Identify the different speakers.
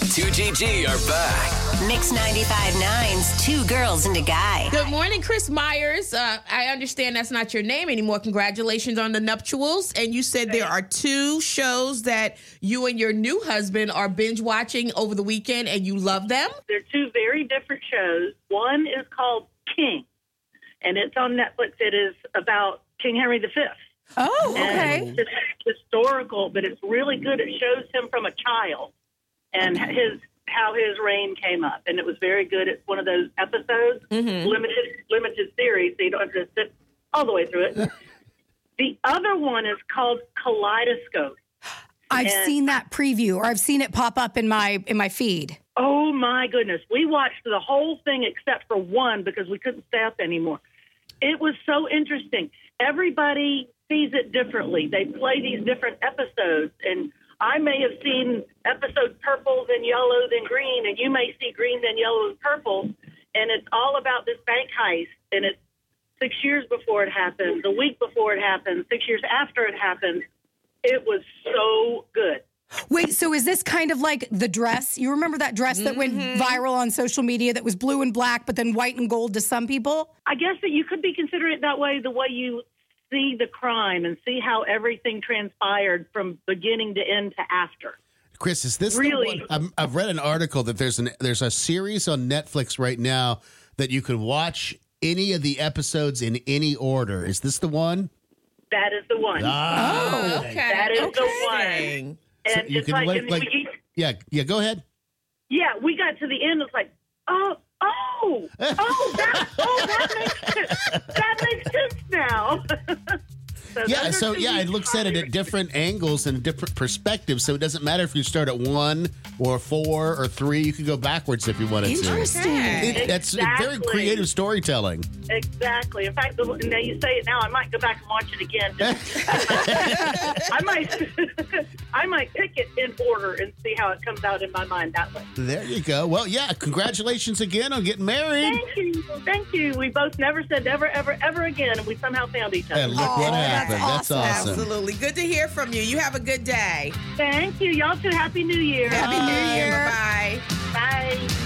Speaker 1: B2GG are back.
Speaker 2: Mix 95.9's Two Girls and a Guy.
Speaker 3: Good morning, Chris Myers. Uh, I understand that's not your name anymore. Congratulations on the nuptials. And you said there are two shows that you and your new husband are binge watching over the weekend and you love them.
Speaker 4: They're two very different shows. One is called King, and it's on Netflix. It is about King Henry V.
Speaker 3: Oh,
Speaker 4: And it's just historical, but it's really good. It shows him from a child and his how his reign came up, and it was very good. It's one of those episodes, limited limited series, so you don't have to sit all the way through it. the other one is called Kaleidoscope.
Speaker 5: I've
Speaker 4: And-
Speaker 5: seen that preview or I've seen it pop up in my in my feed.
Speaker 4: Oh my goodness. We watched the whole thing except for one because we couldn't stay up anymore. It was so interesting. Everybody sees it differently. They play these different episodes and I may have seen episode purple then yellow then green and you may see green then yellow and purple and it's all about this bank heist and it's six years before it happens, a week before it happens, six years after it happens. It was so good.
Speaker 5: Wait, so is this kind of like the dress? You remember that dress that went viral on social media that was blue and black but then white and gold to some people?
Speaker 4: I guess that you could be considered it that way the way you see the crime and see how everything transpired from beginning to end to after.
Speaker 6: Chris, is this the
Speaker 4: Really?
Speaker 6: one- I'm, I've read an article that there's an there's a series on Netflix right now that you can watch any of the episodes in any order. Is this the one?
Speaker 4: That is the one.
Speaker 6: Ah,
Speaker 3: Oh, okay.
Speaker 4: Oh, That is the
Speaker 3: Okay.
Speaker 6: So
Speaker 4: and
Speaker 6: you
Speaker 4: it's
Speaker 6: can
Speaker 4: like,
Speaker 6: like-
Speaker 4: and
Speaker 6: like-
Speaker 4: we,
Speaker 6: yeah, yeah. Go ahead.
Speaker 4: yeah, we got to the end. It's like, oh, oh, oh, that, oh, that makes sense. That makes sense now. so
Speaker 6: Yeah,
Speaker 4: those are
Speaker 6: so
Speaker 4: two
Speaker 6: yeah, it
Speaker 4: we
Speaker 6: looks at it
Speaker 4: highly
Speaker 6: at different angles and different perspectives. So it doesn't matter if you start at one or four or three. You can go backwards if you wanted to.
Speaker 5: Interesting.
Speaker 6: It- that's very
Speaker 4: Exactly.
Speaker 6: creative storytelling.
Speaker 4: Exactly. In fact, the, now you say it now, I might go back and watch it again. Just- I might, I might pick it in order and see how it comes out in my mind that way.
Speaker 6: There you go. Well, yeah, congratulations again on getting married.
Speaker 4: Thank you, thank you. We both never said ever, ever, ever again, and we somehow found each other.
Speaker 6: And look what happened. That's awesome.
Speaker 3: Absolutely. Good to hear from you. You have a good day.
Speaker 4: Thank you, y'all. Too happy New Year.
Speaker 3: Happy New Year. Bye.
Speaker 4: Bye.